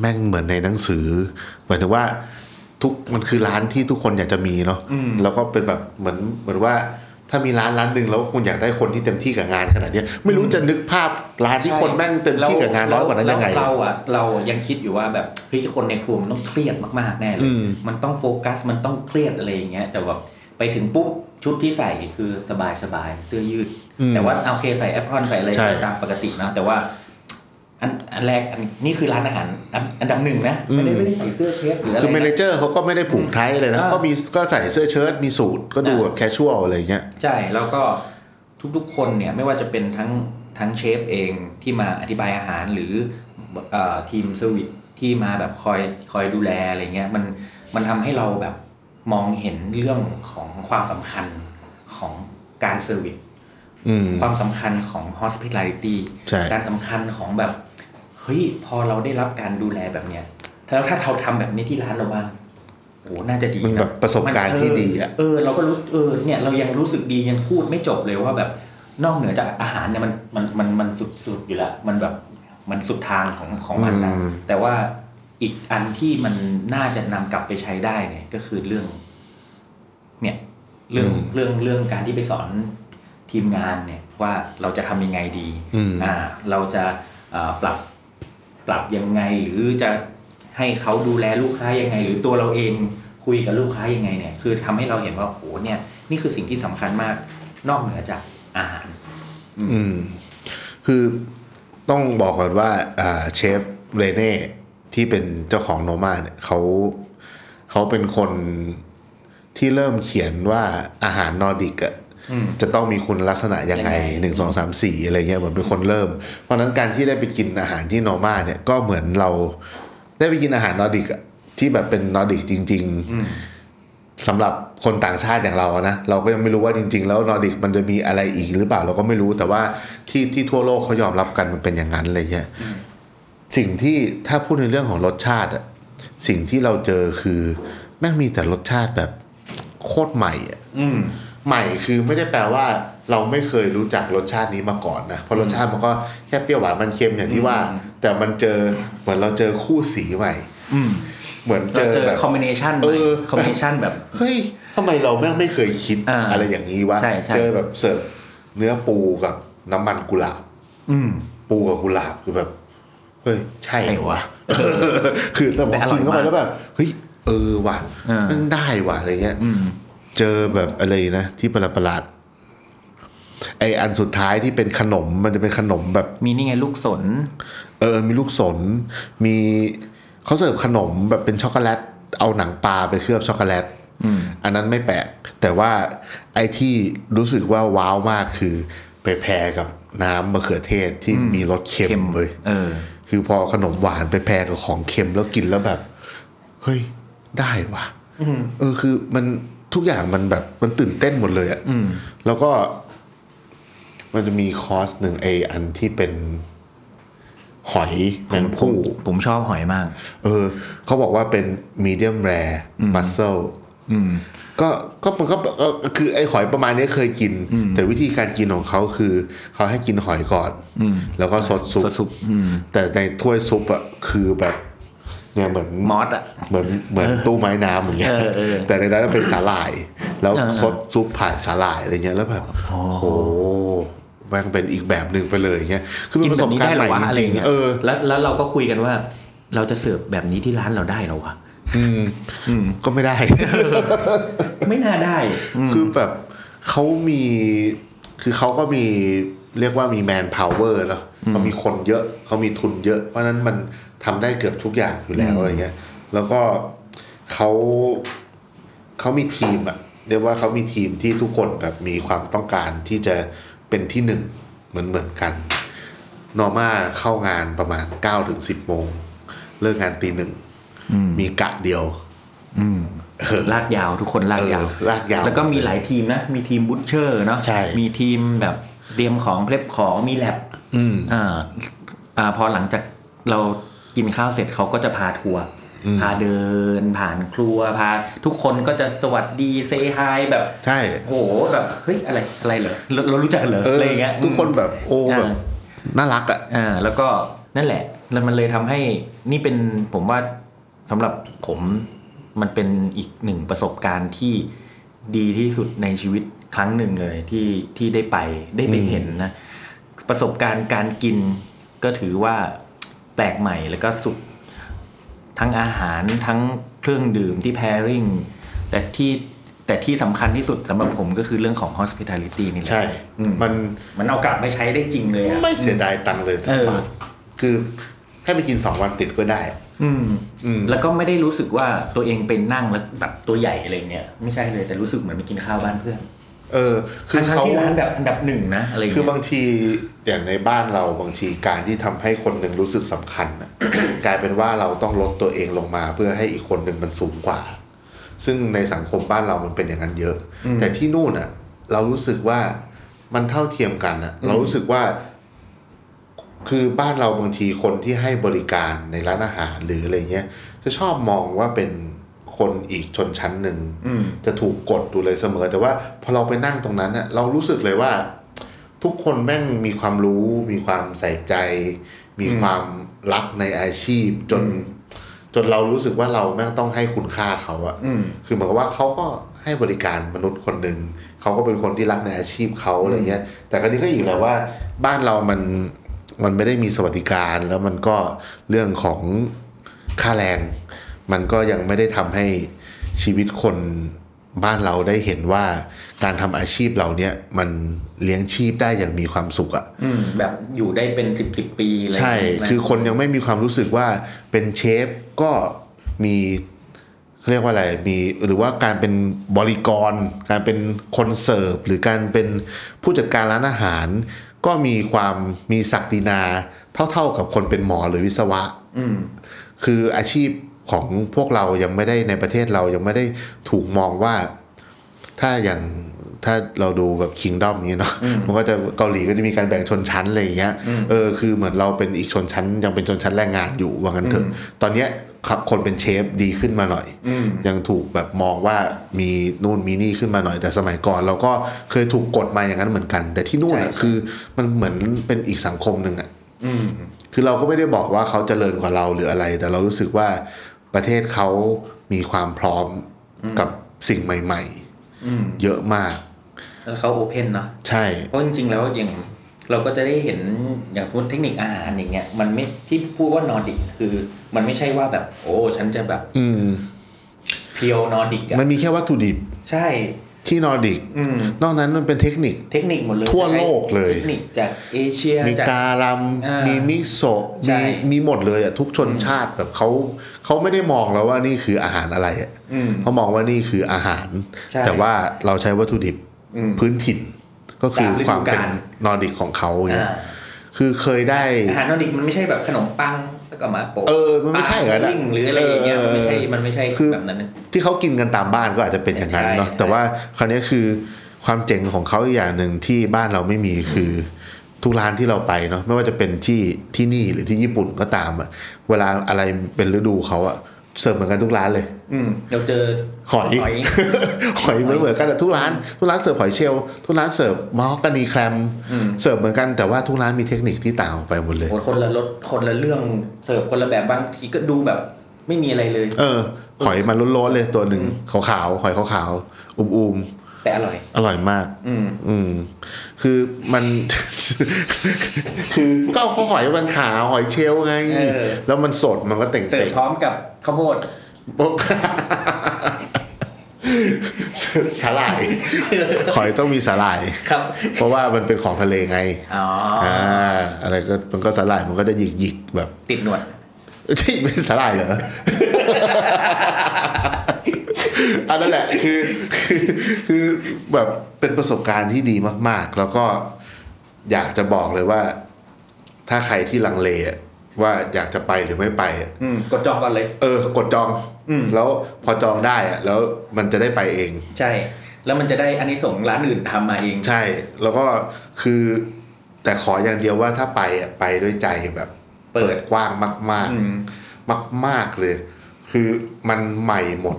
B: แม่งเหมือนในหนังสือหมายถึงว่าทุกมันคือร้านที่ทุกคนอยากจะมีเนาะ
C: อืม
B: แล้วก็เป็นแบบเหมือนเหมือนว่า ถ้ามีร้านร้านหนึ่งแล้วคุณอยากได้คนที่เต็มที่กับงานขนาดเนี้ยไม่รู้จะนึกภาพร้านที่คนแม่งเต็มที่กับงานร้อยกว่านั้นยังไง
C: แล้วเราอ่ะเรายังคิดอยู่ว่าแบบเฮ้ยคนในครัวมันต้องเครียดมากๆแน่เล
B: อื
C: ย
B: ม
C: มันต้องโฟกัสมันต้องเครียดอะไรอย่างเงี้ยแต่แบบไปถึงปุ๊บชุดที่ใส่คือสบายสบายๆเสื้อยืด
B: อืม
C: แต่ว่าเอาโอเคใส่แอปพรอนใส่อะไร
B: ใช่
C: ตามปกตินะแต่ว่า อันอันแรกอันนี่คือร้านอาหารอันอันดับหนึ่งนะไม่ได้
B: อืม
C: ไม่ได้ใส่เสื้อเชฟหรืออะไร
B: คือเมน
C: นะ
B: เจอร์เขาก็ไม่ได้ผูกไทยเลยนะก็มีก็ใส่เสื้อเชิ้ตมีสูทก็ดูแบบแคชชวลอะไรเงี้ย
C: ใช่แล้วก็ทุกๆคนเนี่ยไม่ว่าจะเป็นทั้งทั้งเชฟเองที่มาอธิบายอาหารหรือเอ่อทีมเซอร์วิสที่มาแบบคอยคอยดูแลอะไรเงี้ยมันมันทำให้เราแบบมองเห็นเรื่องของความสำคัญของการเซอร์วิส
B: อืม
C: ความสำคัญของ hospitality
B: ใช่
C: การสำคัญของแบบ เฮ้ย พอเราได้รับการดูแลแบบเนี้ยแล้วถ้าเราทำแบบนี้ที่ร้านเราบ้างโอ้น่าจะดี
B: มันแบบประสบการณ์
C: มัน
B: ที่ดีอะ
C: เออ เราก็รู้เออเนี่ยเรายังรู้สึกดียังพูดไม่จบเลยว่าแบบนอกเหนือจากอาหารเนี่ยมันมันมันมันสุดสุดอยู่ละมันแบบมันสุดทางของของมันนะ
B: อืม
C: แต่ว่าอีกอันที่มันน่าจะนำกลับไปใช้ได้เนี่ยก็คือเรื่อง เนี่ยเรื่องเรื่องเรื่องการที่ไปสอนทีมงานเนี่ยว่าเราจะทำยังไงดี
B: อืม
C: อ่าเราจะเอ่อปรับปรับยังไงหรือจะให้เขาดูแลลูกค้ายังไง หรือตัวเราเองคุยกับลูกค้ายังไงเนี่ยคือทำให้เราเห็นว่าโอ้โหเนี่ยนี่คือสิ่งที่สำคัญมากนอกเหนือจากอาหาร
B: อืม คือต้องบอกก่อนว่าอ่าเชฟเรเน่ที่เป็นเจ้าของโนมาเนี่ยเขาเขาเป็นคนที่เริ่มเขียนว่าอาหารนอร์ดิกอะ
C: อืม
B: จะต้องมีคุณลักษณะยังไง
C: ยังไง
B: หนึ่งสองสามสี่อะไรเงี้ยเหมือนเป็นคนเริ่ม เพราะฉะนั้นการที่ได้ไปกินอาหารที่โนมาเนี่ยก็เหมือนเราได้ไปกินอาหารนอร์ดิกอะที่แบบเป็นนอร์ดิกจริง ๆ
C: อืม
B: สำหรับคนต่างชาติอย่างเราอะนะ เราก็ยังไม่รู้ว่าจริง ๆ แล้วนอร์ดิกมันจะมีอะไรอีกหรือเปล่าเราก็ไม่รู้แต่ว่าที่ที่ทั่วโลกเขายอมรับกันมันเป็นอย่างนั้นเลยเนี่ยสิ่งที่ถ้าพูดในเรื่องของรสชาติอะสิ่งที่เราเจอคือแม่งมีแต่รสชาติแบบโคตรใหม่อะ
C: อืม
B: ใหม่คือไม่ได้แปลว่าเราไม่เคยรู้จักรสชาตินี้มาก่อนนะเพราะรสชาติมันก็แค่เปรี้ยวหวานมันเค็มอย่างที่ว่า
C: อืม
B: แต่มันเจอเหมือนเราเจอคู่สีใหม่
C: อืม
B: เหมือนเจ
C: เรา
B: อ
C: เจอ
B: แบบ
C: คอมบิเนชัน
B: เออ
C: คอมบิเนชันแบบ
B: เฮ้ย ทำไมเราแม่งไม่เคยคิด
C: อ่า
B: อะไรอย่างนี้วะ
C: ใช่ใช่
B: เจอแบบเสิร์ฟ เนื้อปูกับน้ำมันกุหลาบ
C: อืม
B: ปูกับกุหลาบคือแบบ เฮ้ย ใช่
C: ใช่วะ
B: เออ คือสม
C: แต่
B: อง
C: อร่
B: กิ
C: อ
B: น
C: ย
B: เข้าไป
C: มาก
B: แล้วแบบ เฮ้ย เออว่ะ
C: เออ
B: มันได้ว่ะอะไรเงี้ย
C: อืม
B: เจอแบบอะไรนะ ที่ประหลาดประหลาดๆไออันสุดท้ายที่เป็นขนมมันจะเป็นขนมแบบ
C: มีนี่ไงลูกสน
B: เออ มีลูกสน มีเขาเสิร์ฟขนมแบบเป็นช็อกโกแลต เอาหนังปลาไปเคลือบช็อกโกแลต
C: อืม
B: อันนั้นไม่แปลกแต่ว่าไอ้ที่รู้สึกว่าว้าวมากคือไปแพรกับน้ำมะเขือเทศที่มีรสเค็ม
C: เค็ม
B: เลย
C: เออ
B: คือพอขนมหวานไปแพรกับของเค็มแล้วกินแล้วแบบ เฮ้ย ได้ว่ะเออคือมันทุกอย่างมันแบบมันตื่นเต้นหมดเลยอะ่ะ
C: อืม
B: แล้วก็ มันจะมีคอร์สหนึ่งไออันที่เป็นหอยแมงผู้
C: ผมชอบหอยมาก
B: เออเขาบอกว่าเป็นมีเดียมแรมัสเซล
C: อืม
B: ก็ก็มันก็เอ่อคือไอหอยประมาณนี้เคยกิน แต่วิธีการกินของเขาคือ เขาให้กินหอยก่อนแล้วก็ซดซุป
C: สดสุกอืม
B: แต่ในถ้วยซุปอะคือแบบเนี่ยเหมือน
C: มอสอะ
B: เหมือนเหมือนตู้ไม้น้ำอย่างเงี้ย
C: เออเออ
B: แต่ในนั้นเป็นสาหร่าย แล้ว
C: เออเออ
B: ซดซุปผ่านสาหร่ายอะไรเงี้ยแล้วแบบโอ้โหแม่งเป็นอีกแบบหนึ่งไปเลยเงี้ยคือเป็
C: กิน
B: นประ
C: แบ
B: ส
C: บบ นี้
B: การ
C: ได้
B: ณ์
C: เห
B: ใหม่
C: รอวะ
B: จ
C: อะไร
B: ริงๆ
C: เงี้ย
B: เออ
C: แล้วแล้วเราก็คุยกันว่า เราจะเสิร์ฟแบบนี้ที่ร้านเราได้เหรอวะ
B: อืมก็ไม่ได้
C: ไม่น่าได้
B: คือแบบเขามี คือเขาก็มีเรียกว่ามีแมนพาวเวอร์เนาะเขามีคนเยอะ เขามีทุนเยอะ เพราะฉะนั้นมันทำได้เกือบทุกอย่างอยู่แล้วอะไรเงี้ย แล้วก็เขาเขามีทีมอะเรียกว่าเขามีทีมที่ทุกคนแบบมีความต้องการที่จะเป็นที่หนึ่งเหมือนเหมือนกัน นอร์มาเข้างานประมาณ9ก้าถึงสิบโมง เลิกงานตีหนึ่งมีกะเดียว
C: อืม
B: เออ
C: ลากยาวทุกคนลากยาว
B: เออลากยาว
C: แล้วก็มีหลายทีมนะ มีทีมบุชเชอร์เนาะ
B: ใช่
C: มีทีมแบบเตรียมของเพลฟของมีแลบ
B: อืม
C: อ่าอ่าพอหลังจากเรากินข้าวเสร็จเขาก็จะพาทัวร์พาเดินผ่านครัวพาทุกคนก็จะสวัสดีเซฮายแบบ
B: ใช่
C: โหแบบเฮ้ยอะไรอะไรเหรอเราเรารู้จักเหรอ
B: เออ
C: อะไรอย่างเงี้ย
B: ทุกคนแบบโอ้แบบ
C: า
B: น่ารักอ่ะ
C: อ่าแล้วก็นั่นแหละแล้วมันเลยทำให้นี่เป็นผมว่าสำหรับผมมันเป็นอีกหนึ่งประสบการณ์ที่ดีที่สุดในชีวิตครั้งหนึ่งเลยที่ที่ได้ไปได้ไปเห็นนะ ประสบการณ์การกินก็ถือว่าแปลกใหม่แล้วก็สุด ทั้งอาหารทั้งเครื่องดื่มที่ pairing แต่ที่แต่ที่สำคัญที่สุดสำหรับผมก็คือเรื่องของ hospitality นี่แหละ
B: ใช่
C: อืม
B: มัน
C: มันเอากลับไปใช้ได้จริงเลยอะ
B: ไม่เสียดายตังค์เลยสัก
C: เออ
B: บาทคือให้ไปกินสองวันติดก็ได้
C: อืม
B: อืม
C: แล้วก็ไม่ได้รู้สึกว่าตัวเองเป็นนั่งแล้วแบบตัวใหญ่อะไรเงี้ยไม่ใช่เลยแต่รู้สึกเหมือนไปกินข้าวบ้านเพื่อน
B: เออ คือ
C: ทั้งๆ
B: เขา
C: ที่ร้านแบบอันดับหนึ่งนะอะไร
B: คือบา
C: เงี้ย
B: งทีอย่างในบ้านเราบางทีการที่ทำให้คนหนึ่งรู้สึกสำคัญ น่ะ กลายเป็นว่าเราต้องลดตัวเองลงมาเพื่อให้อีกคนหนึ่งมันสูงกว่า ซึ่งในสังคมบ้านเรามันเป็นอย่างนั้นเยอะ แต่ที่นู่นน่ะ เรารู้สึกว่ามันเท่าเทียมกันน่ะ เรารู้สึกว่า คือบ้านเราบางทีคนที่ให้บริการในร้านอาหารหรืออะไรเงี้ย จะชอบมองว่าเป็นคนอีกชนชั้นหนึ่ง
C: อืม
B: จะถูกกดดูเลยเสมอ แต่ว่าพอเราไปนั่งตรงนั้นเน่ะเรารู้สึกเลยว่า ทุกคนแม่งมีความรู้ มีความใส่ใจ มีความรักในอาชีพ จน จนเรารู้สึกว่าเราแม่งต้องให้คุณค่าเขาอะ
C: อืม
B: คือเหมือนกับว่าเขาก็ให้บริการมนุษย์คนหนึ่งเขาก็เป็นคนที่รักในอาชีพเขาอะไรเงี้ย แต่คราวนี้ก็อีกแหล้วว่า บ้านเรามันมันไม่ได้มีสวัสดิการแล้วมันก็เรื่องของค่าแรง มันก็ยังไม่ได้ทำให้ชีวิตคนบ้านเราได้เห็นว่าการทำอาชีพเราเนี่ยมันเลี้ยงชีพได้อย่างมีความสุขอะ
C: อืมแบบอยู่ได้เป็นสิบสิบปีอะไร
B: ใช่
C: เงี้ยนะ
B: คือคนยังไม่มีความรู้สึกว่าเป็นเชฟก็มีเขาเรียกว่าอะไร มีหรือว่าการเป็นบริกร การเป็นคนเสิร์ฟ หรือการเป็นผู้จัดการร้านอาหาร ก็มีความมีศักดินาเท่าๆกับคนเป็นหมอหรือวิศวะ
C: อืม
B: คืออาชีพของพวกเรายังไม่ได้ในประเทศเรายังไม่ได้ถูกมองว่า ถ้าอย่างถ้าเราดูแบบคิงด o มนี้ยเนาะมันก็จะเกาหลีก็จะมีการแบ่งชนชั้นอะไรอย่างเงี้ยเออคือเหมือนเราเป็นอีกชนชั้น ยังเป็นชนชั้นแรงงานอยู่ว่างั้นเถอะ ตอนเนี้ยครับคนเป็นเชฟดีขึ้นมาหน่อย
C: อืม
B: ยังถูกแบบมองว่ามีนู่นมีนี่ขึ้นมาหน่อยแต่สมัยก่อน เราก็เคยถูกกดมาอย่างนั้นเหมือนกัน แต่ที่นู่นอ่ะ
C: ใช่
B: คือมันเหมือนเป็นอีกสังคมหนึ่งอ่ะ
C: อืม
B: คือเราก็ไม่ได้บอกว่าเขาเจริญกว่าเราหรืออะไร แต่เรารู้สึกว่าประเทศเขามีความพร้อมกับสิ่งใหม่
C: อืม
B: ๆ เยอะมาก
C: แล้วเขาโอเพนเนาะ
B: ใช่
C: เพราะจริงๆแล้วอย่างเราก็จะได้เห็นอย่างพวกเทคนิคอาหารอย่างเงี้ยมันไม่ที่พูดว่านอร์ดิกคือ มันไม่ใช่ว่าแบบโอ้ฉันจะแบบ
B: อืม
C: เพียวนอร์ดิกอะ
B: มันมีแค่วัตถุดิบ
C: ใช่
B: ที่นอร์ดิก
C: อืม
B: นอกนั้นมันเป็นเทคนิค
C: เทคนิคหมดเลย
B: ทั่วโลกเลย
C: เทคนิคจากเอเชีย
B: มี
C: จาก
B: การ
C: อ่า
B: ำมีมิโซะ
C: ใช่
B: มีมีหมดเลยอ่ะทุกชนชาติแบบเขาเขาไม่ได้มองแล้วว่านี่คืออาหารอะไรอ่ะ
C: อืม
B: เขามองว่านี่คืออาหาร
C: ใช่
B: แต่ว่าเราใช้วัตถุดิบ
C: อืม
B: พื้นถิ่น ก็คือ
C: ตามฤดู
B: ความเป็น
C: กาล
B: นอร์ดิกของเขาเนี่ย
C: อ่า
B: คือเคยได้
C: อาหารนอร์ดิกมันไม่ใช่แบบขนมปังแล้วก็มาโปะ
B: เออมันไม่ใช่อย่างนั้นอะ
C: ปลาปิ้งหรืออะไรอย่างเงี้ยมันไม่ใช่
B: เออ
C: มันไม่ใช่
B: คือ
C: แบบนั้นนะ
B: ที่เขากินกันตามบ้านก็อาจจะเป็นอย่างนั้นเนาะ
C: ใช่
B: แต่ว่าคราวนี้คือความเจ๋งของเขาอีกอย่างหนึ่งที่บ้านเราไม่มีคือทุกร้านที่เราไปเนาะไม่ว่าจะเป็นที่ที่นี่หรือที่ญี่ปุ่นก็ตามอะเวลาอะไรเป็นฤดูเขาอะเสิร์ฟเหมือนกันทุกร้านเลย
C: อืมเราเจอ
B: หอย หอยเหมือนเหมือนกันอะทุกร้านทุกร้านเสิร์ฟหอยเชลล์ทุกร้านเสิร์ฟมอฮอกกานีแคลม
C: อืม
B: เสิร์ฟเหมือนกันแต่ว่าทุกร้านมีเทคนิคที่ต่างออกไปหมดเลย
C: โอ้คนละรสคนละเรื่องเสิร์ฟคนละแบบบางทีก็ดูแบบไม่มีอะไรเลย
B: เออ หอยมันร้อนๆเลยตัวหนึ่งขาวๆหอยขาวๆอุ้ม
C: แต่อร่อย
B: ๆอร่อยมาก
C: อืม
B: อืม คือมัน คือก็เอาข้าวหอยมันขาวหอยเชลล์ไง
C: เออ
B: แล้วมันสดมันก็เต่ง
C: เสิร์ฟ
B: เต่ง
C: พร้อมกับข้าวโพด
B: ปุ๊บ สาหร่าย หอยต้องมีสาหร่าย
C: ครับ
B: เพราะว่ามันเป็นของทะเลไง
C: อ๋ออ
B: อ่า อะไรก็มันก็สาหร่ายมันก็จะหยิกหยิกๆแบบ
C: ติดหนวด
B: ที่เป็นสาหร่ายเหรอ อันนั้นแหละคือคือคือแบบเป็นประสบการณ์ที่ดีมาก ๆ แล้วก็อยากจะบอกเลยว่า ถ้าใครที่ลังเลอะว่าอยากจะไปหรือไม่ไปอะ
C: อืม กดจองก่อนเลย
B: เออ กดจอง
C: อืม
B: แล้วพอจองได้อะแล้วมันจะได้ไปเอง
C: ใช่ แล้วมันจะได้อันนี้ส่งส์ร้านอื่นทำมาเอง
B: ใช่ แล้วก็คือ แต่ขออย่างเดียวว่าถ้าไปอะไปด้วยใจแบบ
C: เปิด
B: เปิดกว้างมาก
C: อื
B: ๆ
C: ม
B: มากๆเลย คือมันใหม่หมด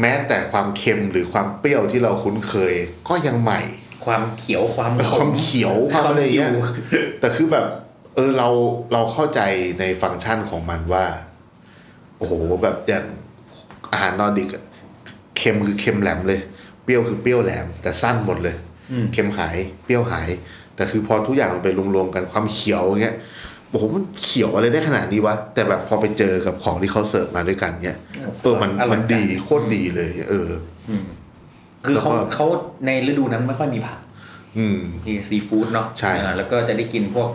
B: แม้แต่ความเค็มหรือความเปรี้ยวที่เราคุ้นเคย ก็ยังใหม่
C: ความเขียวความข
B: ความเขียวความอะไรอย่างเงี้ยแต่คือแบบ เออเราเราเข้าใจในฟังก์ชันของมันว่า โอ้โหแบบอย่างอาหารนอร์ดิกอะเค็มคือเค็มแหลมเลย เปรี้ยวคือเปรี้ยวแหลม แต่สั้นหมดเลย
C: อืม
B: เค็มหายเปรี้ยวหาย แต่คือพอทุกอย่างมันไปรวมๆกันความเขียวอย่างเงี้ยโอ้โหมันเขียวอะไรได้ขนาดนี้วะ แต่แบบพอไปเจอกับของที่เขาเสิร์ฟมาด้วยกันเงี้ยเออมัน
C: อร่อยจัง
B: มันดีโคตรดีเลย เออ
C: อืม คือเขา
B: แล้วก็
C: เขาในฤดูนั้นไม่ค่อยมีผัก
B: อืม
C: มีซีฟู้ดเนาะ
B: ใช่
C: อ่าแล้วก็จะได้กินพวก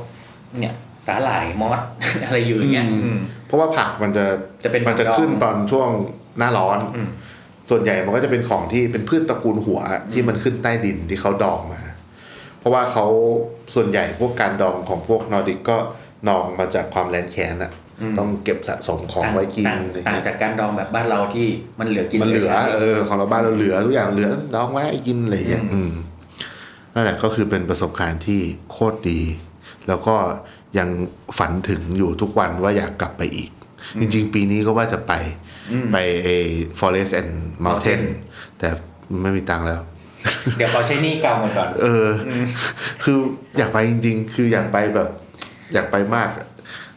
C: เนี่ยสาหร่ายมอส อะไรอยู่อย่างเงี้ยอืม
B: เพราะว่าผักมันจะ
C: จะเป็น
B: มันจะ
C: ผักดอง
B: ขึ้นตอนช่วงหน้าร้อน
C: อืม
B: ส่วนใหญ่มันก็จะเป็นของที่เป็นพืชตระกูลหัวที่มันขึ้นใต้ดินที่เขาดองมา เพราะว่าเขาส่วนใหญ่พวกการดองของพวกนอร์ดิกก็นองมาจากความแรนแค้นอะต้องเก็บสะสมของไว้กิน
C: ต่าง
B: อะไร
C: ต่างต่าง
B: เงี้ย
C: จากการดองแบบบ้านเราที่มันเหลือกิน
B: มันเหลือ
C: ใช้
B: เออของเราบ้านเราเหลือทุกอย่างเหลือดองไว้ให้กินอะไรอย่างเงี้ย
C: อืม
B: อืมนั่นแหละก็คือเป็นประสบการณ์ที่โคตรดี แล้วก็ยังฝันถึงอยู่ทุกวันว่าอยากกลับไปอีก จริง ๆ ปีนี้ก็ว่าจะไป
C: อืม
B: ไปไอ้ forest and mountain
C: Mountain
B: แต่ไม่มีตังค์แล้ว
C: เดี๋ยวขอใช้หนี่เกาหมดก่อน
B: เอออ คืออยากไปจริง ๆ คืออยากไปแบบ อยากไปมากอะ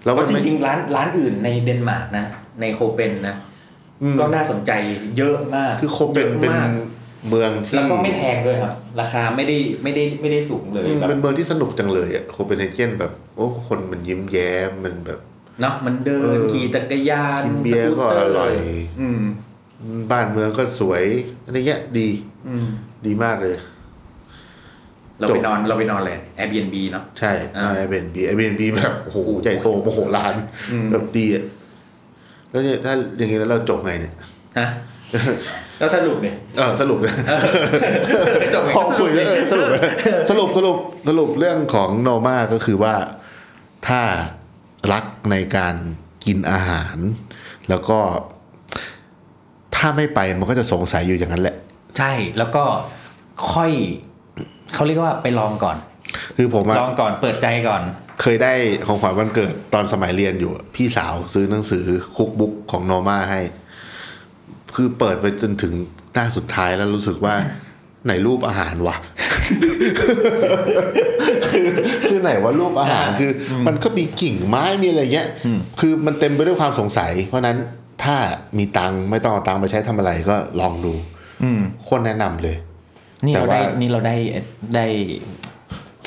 B: แล้ว
C: เพ
B: มัน
C: ราะจ
B: ไม่
C: ริงๆร้านร้านอื่นในเดนมาร์กนะ ในโคเปนนะ
B: อืม
C: ก็น่าสนใจเยอะมาก
B: คือโคเปนเป็น
C: ยอะมาก
B: เมืองที่
C: แล้วก็ไม่แพงด้วยครับ ราคาไม่ได้ไม่ได้ไม่ได้สูงเลย
B: อืม
C: แบบ
B: เป็นเมืองที่สนุกจังเลยอะโคเปนเฮเกนแบบ โอ้คนมันยิ้มแย้มมันแบบ
C: เนาะมันเดิ
B: เอนอ
C: ขี่จักรยาน
B: กินเบียร์
C: สต
B: ก็อร่อย
C: อืม
B: บ้านเมืองก็สวยอะไรเงี้ยดี
C: อืม
B: ดีมากเลย
C: เราไปนอนเราไปนอนเลย Airbnb เนาะ
B: ใช่
C: อ่า
B: ไอเบนบีไอเบนบีแบบโอ้โห
C: โอ้โห
B: ใหญ่โตมโหฬาร
C: อืม
B: แบบดีอะแล้วเนี่ยถ้าอย่างนี้แล้วเราจบไงเนี่ย
C: ฮะ แล้วสรุป เนี่ย
B: เออสรุปนะ
C: จบไหม
B: พอคุยแล้วเออสรุป นะสรุปสรุปสรุปเรื่องของโนมาก็คือว่าถ้ารักในการกินอาหาร แล้วก็ ถ้าไม่ไปมันก็จะสงสัยอยู่อย่างนั้นแหละ
C: ใช่แล้วก็ค่อยเขาเรียกว่าไปลองก่อน
B: คือผมอะ
C: ลองก่อนเปิดใจก่อน
B: เคยได้ของขวัญวันเกิดตอนสมัยเรียนอยู่ พี่สาวซื้อหนังสือคุกบุ๊กของโนมาให้ คือเปิดไปจนถึงหน้าสุดท้ายแล้วรู้สึกว่า ไหนรูปอาหารวะ คือคือไหนว่ารูปอาหารคืออมันก็มีกิ่งไม้มีอะไรเงี้ย คือมันเต็มไปด้วยความสงสัย เพราะนั้นถ้ามีตังค์ไม่ต้องเอาตังค์ไปใช้ทำอะไรก็ลองดู
C: อืม
B: คนแนะนำเลย
C: นี่เราได้
B: แต่ว่า
C: นี่เราได้ได้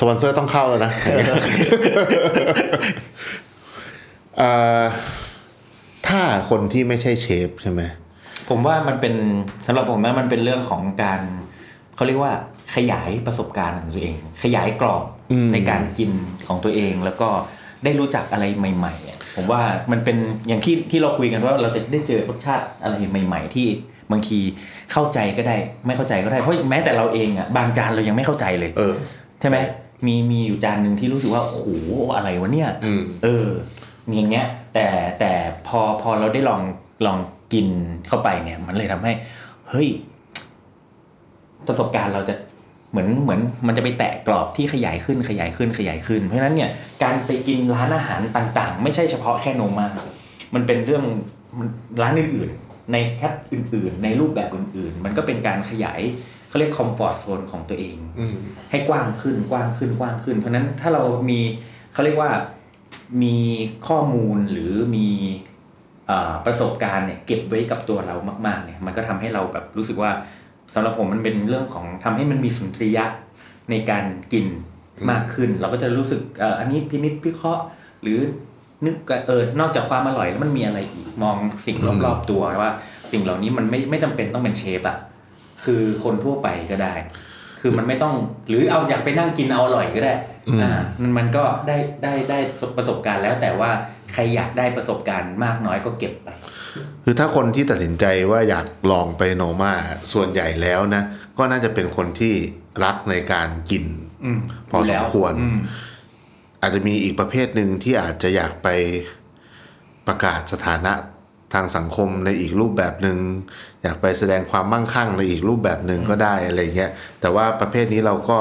B: สปอนเซอร์ต้องเข้าแล้ว นะ เอ่อถ้าคนที่ไม่ใช่เชฟใช่ไหม
C: ผมว่ามันเป็นสำหรับผมนะมันเป็นเรื่องของการเขาเรียกว่าขยายประสบการณ์ของตัวเอง ขยายกรอบ
B: อืม
C: ในการกินของตัวเอง แล้วก็ได้รู้จักอะไรใหม่ๆอ่ะผมว่ามันเป็นอย่างที่ที่เราคุยกันว่าเราจะได้เจอรสชาติอะไรใหม่ ๆ ที่บางทีเข้าใจก็ได้ไม่เข้าใจก็ได้เพราะแม้แต่เราเองอ่ะบางจานเรายังไม่เข้าใจเลย
B: เออ
C: ใช่ไหมมีมีอยู่จานหนึ่งที่รู้สึกว่าโอ้โหอะไรวะเนี่ย
B: อืม
C: เออมีอย่างเงี้ย แต่แต่พอพอเราได้ลองลองกินเข้าไปเนี่ย มันเลยทำให้ เฮ้ย ประสบการณ์เราจะเหมือนเหมือน มันจะไปแตะกรอบที่ขยายขึ้นขยายขึ้นขยายขึ้น เพราะฉะนั้นเนี่ยการไปกินร้านอาหารต่าง ๆ ไม่ใช่เฉพาะแค่โนมา มันเป็นเรื่องมันร้านอื่นๆ ในแคทอื่น ๆ ในรูปแบบอื่น ๆ มันก็เป็นการขยายเขาเรียกคอมฟอร์ z โซนของตัวเอง
B: อืม
C: ให้กว้างขึ้นกว้างขึ้นกว้างขึ้น เพราะฉะนั้นถ้าเรามีเขาเรียกว่ามีข้อมูลหรือมีเอ่อประสบการณ์เนี่ยเก็บไว้กับตัวเรามากๆเนี่ยมันก็ทำให้เราแบบรู้สึกว่าสำหรับผมมันเป็นเรื่องของทำให้มันมีสุนทรียะในการกินมากขึ้น เราก็จะรู้สึกเอ่ออันนี้พินิจพิเคราะห์ หรือนึกว่าเออนอกจากความอร่อยแล้วมันมีอะไรอีกมองสิ่งรอบๆตัวว่า สิ่งเหล่านี้มันไม่ไม่จำเป็นต้องเป็นเชฟอะคือคนทั่วไปก็ได้ คือมันไม่ต้องหรือเอาอยากไปนั่งกินเอาอร่อยก็ได้
B: อืม
C: อ่ามันมันก็ได้ได้ได้ประสบการณ์แล้วแต่ว่าใครอยากได้ประสบการณ์มากน้อยก็เก็บไป
B: คือถ้าคนที่ตัดสินใจว่าอยากลองไปโนมาส่วนใหญ่แล้วนะ ก็น่าจะเป็นคนที่รักในการกิน
C: อืม
B: พอสมควร
C: อืม
B: อาจจะมีอีกประเภทหนึ่งที่อาจจะอยากไปประกาศสถานะทางสังคมในอีกรูปแบบหนึง่งอยากไปแสดงความมั่งคั่งในอีกรูปแบบหนึ่งก็ได้อะไรเงี้ยแต่ว่าประเภทนี้เราก็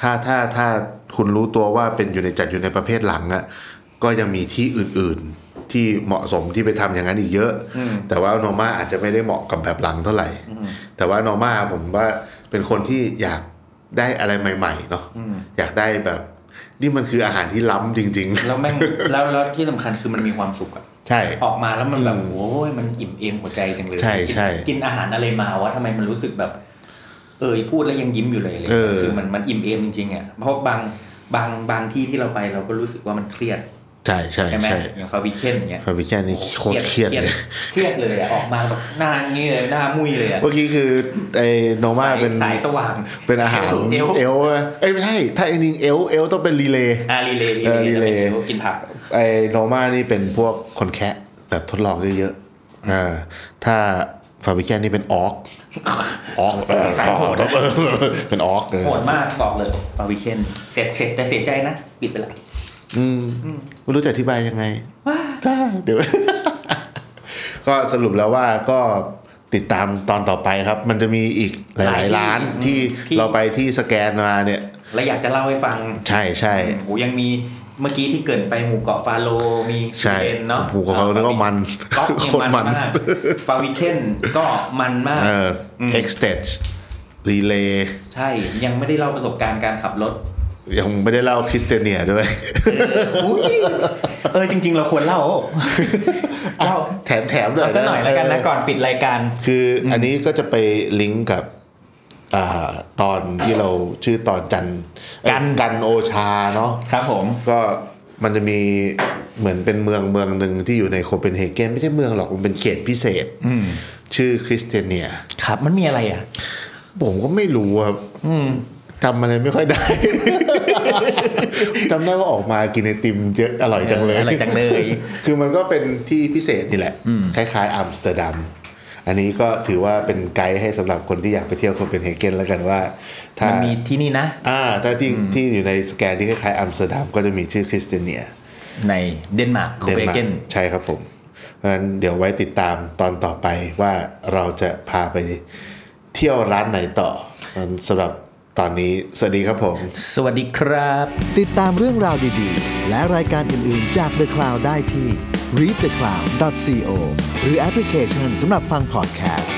B: ถ้าถ้าถ้าคุณรู้ตัวว่าเป็นอยู่ในจัดอยู่ในประเภทหลังอะก็ยังมีที่อื่นๆที่เหมาะสมที่ไปทำอย่างนั้นอีกเยอะ
C: อืม
B: แต่ว่าโนมาอาจจะไม่ได้เหมาะกับแบบหลังเท่าไหร่
C: อืม
B: แต่ว่าโนมาผมว่าเป็นคนที่อยากได้อะไรใหม่ๆเนาะ
C: อืม
B: อยากได้แบบ นี่มันคืออาหารที่ล้ำจริง
C: แล้วแม่ง แล้วแล้วที่สำคัญคือมันมีความสุขอะ
B: ๆ ใช่
C: ออกมาแล้วมันแบบ
B: อืม
C: โอ้ยมันอิ่มเอมหัวใจจังเลย
B: ใช่ใช่
C: กินกินอาหารอะไรมาวะทำไมมันรู้สึกแบบ เออพูดแล้วยังยิ้มอยู่เลยเลย
B: เออ
C: คือมันมันอิ่มเอมจริงๆอะเพราะบางบางบางที่ที่เราไปเราก็รู้สึกว่ามันเครียด
B: ใช่ใช่
C: ใช่ไหม
B: ใช่
C: อย่างฟาวิเคนอย่างเงี้ย
B: ฟาบิแคนนี่โคตรเครียดเลย
C: เครียดเลยอะออกมาแบบหน้าอย่างงี้เลยหน้ามุ้ยเลยอะ
B: เมื่อกี้คือไอ้โนมา
C: สาย
B: เป็น
C: สายสว่าง
B: เป็นอาหาร
C: เอว
B: เอลเอ้ยไม่ใช่ ถ้าไอ้นิงเอลเอลต้องเป็นรีเลย์
C: อารีเลย์
B: เออรี
C: รีเล
B: เลย
C: ย์จะเป็นอวกินผัก
B: ไอ้โนมานี่เป็นพวกคนแคะแบบทดลองเยอะๆอ่าถ้าฟาบิแคนนี่เป็นออกออก
C: สายสายโหด
B: เออเป็นออกเลย
C: โหดมากบอกเลยฟาวิเคนเสร็จเสร็จแต่เสียใจนะ ปิดไปละ
B: อืมไม่รู้จะอธิบายยังไง
C: ว้า
B: ได้เดี๋ยว ก็สรุปแล้วว่าก็ติดตามตอนต่อไปครับ มันจะมีอีกหลาย ๆ ร้านที่เราไปที่สแกนมาเนี่ย
C: แล้วอยากจะเล่าให้ฟัง
B: ใช่ใช่
C: โอ้ยังมีเมื่อกี้ที่เกรินไปหมู่เกาะฟาโลมีส
B: ใช่
C: วีเดนเนาะ
B: ผูกกับเขาแล้วก็มัน
C: ก็
B: โคตร
C: มัน
B: มัน
C: มากฟาวิเคนก็มันมาก
B: เออ
C: อืม
B: เอ็กซ์เตจรีเลย์
C: ใช่ยังไม่ได้เล่าประสบการณ์การขับรถ
B: ยังไม่ได้เล่าคริสเตเนียด้วย
C: อุ๊ยเออจริง ๆ เราควรเล่าเล่า
B: แถมแถมด้วย
C: เอาสักหน่อยแล้วกันนะ
B: เ
C: ก่อนปิดรายการ
B: คืออันนี้ก็จะไปลิงก์กับอาตอนที่เราชื่อตอนจันทร์เอ้ย
C: กัน
B: กันโอชาเนาะ
C: ครับผม
B: ก็มันจะมีเหมือนเป็นเมืองเมืองหนึ่งที่อยู่ในโคเปนเฮเกนไม่ใช่เมืองหรอกมันเป็นเขตพิเศษ
C: อืม
B: ชื่อคริสเตเนีย
C: ครับมันมีอะไรอ่ะ
B: ผมก็ไม่รู้ครับ
C: อืม
B: จำอะไรไม่ค่อย ได้ จำได้ว่าออกมากินไอติมเยอะอร่อยจังเลย
C: อะไรจังเลย
B: คือมันก็เป็นที่พิเศษนี่แหละ
C: อืม
B: คล้ายๆอัมสเตอร์ดัม อันนี้ก็ถือว่าเป็นไกด์ให้สำหรับคนที่อยากไปเที่ยวโคเปนเฮเกนแล้วกันว่าถ้า
C: มันมีที่นี่นะ
B: อ่าถ้าที่ที่อยู่ในสแกนที่คล้ายๆอัมสเตอร์ดัมก็จะมีชื่อคริสเตเนีย
C: ในเดนมาร์กโคเปนเฮเกน
B: ดมาร์ใช่ครับผม เพราะฉะนั้นเดี๋ยวไว้ติดตามตอนต่อไปว่าเราจะพาไปเที่ยวร้านไหนต่องั้นสำหรับตอนนี้ สวัสดีครับผม
C: สวัสดีครับ
A: ติดตามเรื่องราวดีๆ และรายการอื่นๆจาก The Cloud ได้ที่ readthecloud.co หรือแอปพลิเคชันสำหรับฟัง podcast